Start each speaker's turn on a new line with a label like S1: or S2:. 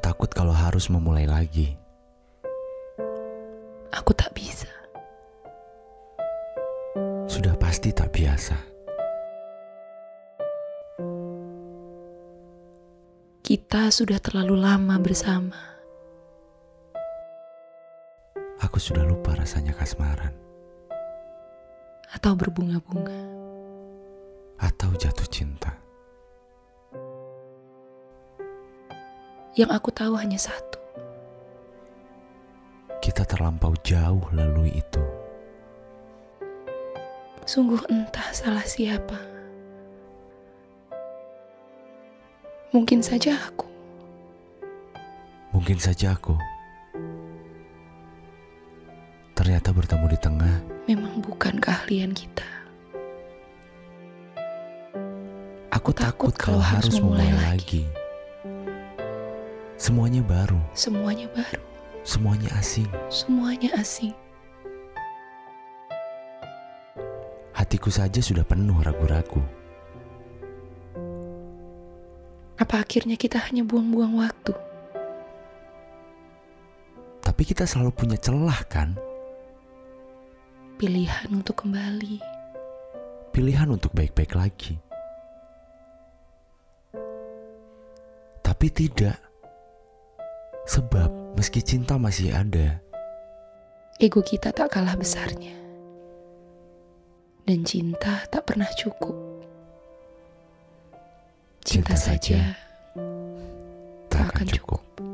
S1: takut kalau harus memulai lagi.
S2: Aku tak bisa.
S1: Sudah pasti tak biasa.
S2: Kita sudah terlalu lama bersama.
S1: Aku sudah lupa rasanya kasmaran
S2: Atau berbunga-bunga.
S1: atau jatuh cinta.
S2: Yang aku tahu hanya satu.
S1: Kita terlampau jauh lalui itu.
S2: Sungguh entah salah siapa. Mungkin saja aku.
S1: Mungkin saja aku. Ternyata bertemu di tengah
S2: memang bukan keahlian kita.
S1: Aku takut, kalau harus memulai lagi. Semuanya baru,
S2: Semuanya baru,
S1: semuanya asing.
S2: semuanya asing.
S1: Hatiku saja sudah penuh ragu-ragu.
S2: Apa akhirnya kita hanya buang-buang waktu?
S1: Tapi kita selalu punya celah kan?
S2: Pilihan untuk kembali.
S1: Pilihan untuk baik-baik lagi. Tapi tidak. Sebab meski cinta masih ada,
S2: Ego kita tak kalah besarnya. Dan cinta tak pernah cukup.
S1: Cinta
S2: Cinta,
S1: saja
S2: saja
S1: tak akan cukup.